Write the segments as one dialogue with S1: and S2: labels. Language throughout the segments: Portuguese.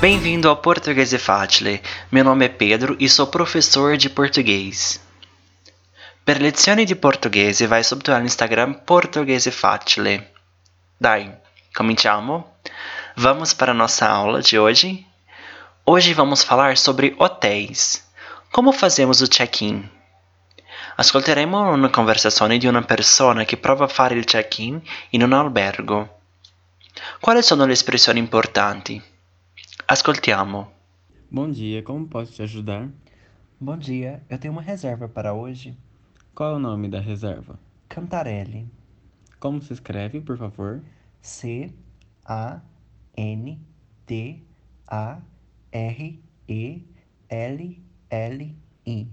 S1: Bem-vindo ao Português é Facile. Meu nome é Pedro e sou professor de português. Per lezioni di portoghese vai subito all'Instagram Portoghese Facile. Dai, cominciamo? Vamos para a nossa aula de hoje? Hoje vamos falar sobre hotéis. Como fazemos o check-in? Ascolteremo una conversazione di una persona che prova a fare il check-in in un albergo. Quali sono le espressioni importanti? Ascoltiamo.
S2: Bom dia, como posso te ajudar?
S3: Bom dia, eu tenho uma reserva para hoje.
S2: Qual é o nome da reserva?
S3: Cantarelli.
S2: Como se escreve, por favor?
S3: C A N T A R E L L I.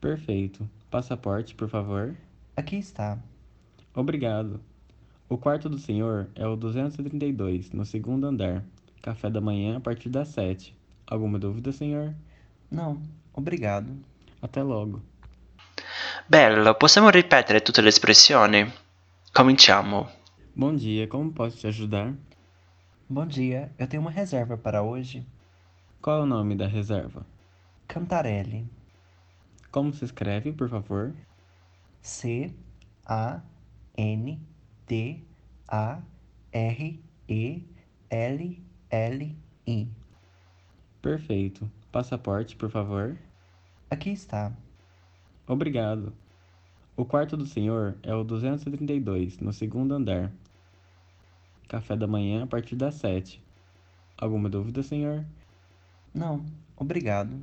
S2: Perfeito. Passaporte, por favor.
S3: Aqui está.
S2: Obrigado. O quarto do senhor é o 232, no segundo andar. Café da manhã a partir das 7. Alguma dúvida, senhor?
S3: Não, obrigado.
S2: Até logo.
S1: Bello, possiamo ripetere tutte le espressioni? Cominciamo.
S2: Bom dia, como posso te ajudar?
S3: Bom dia, eu tenho uma reserva para hoje.
S2: Qual é o nome da reserva?
S3: Cantarelli.
S2: Como se escreve, por favor?
S3: C A N T A R E L L I.
S2: Perfeito. Passaporte, por favor.
S3: Aqui está.
S2: Obrigado. O quarto do senhor é o 232, no segundo andar. Café da manhã a partir das 7. Alguma dúvida, senhor?
S3: Não, obrigado.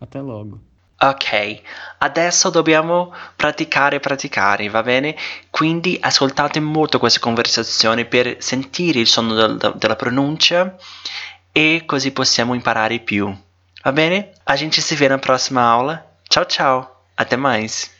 S2: Até logo.
S1: Ok, adesso dobbiamo praticare, praticare, va bene? Quindi ascoltate molto queste conversazioni per sentire il sonno del- della pronuncia e così possiamo imparare più. Va bene? A gente se vê na próxima aula. Tchau, tchau. Até mais.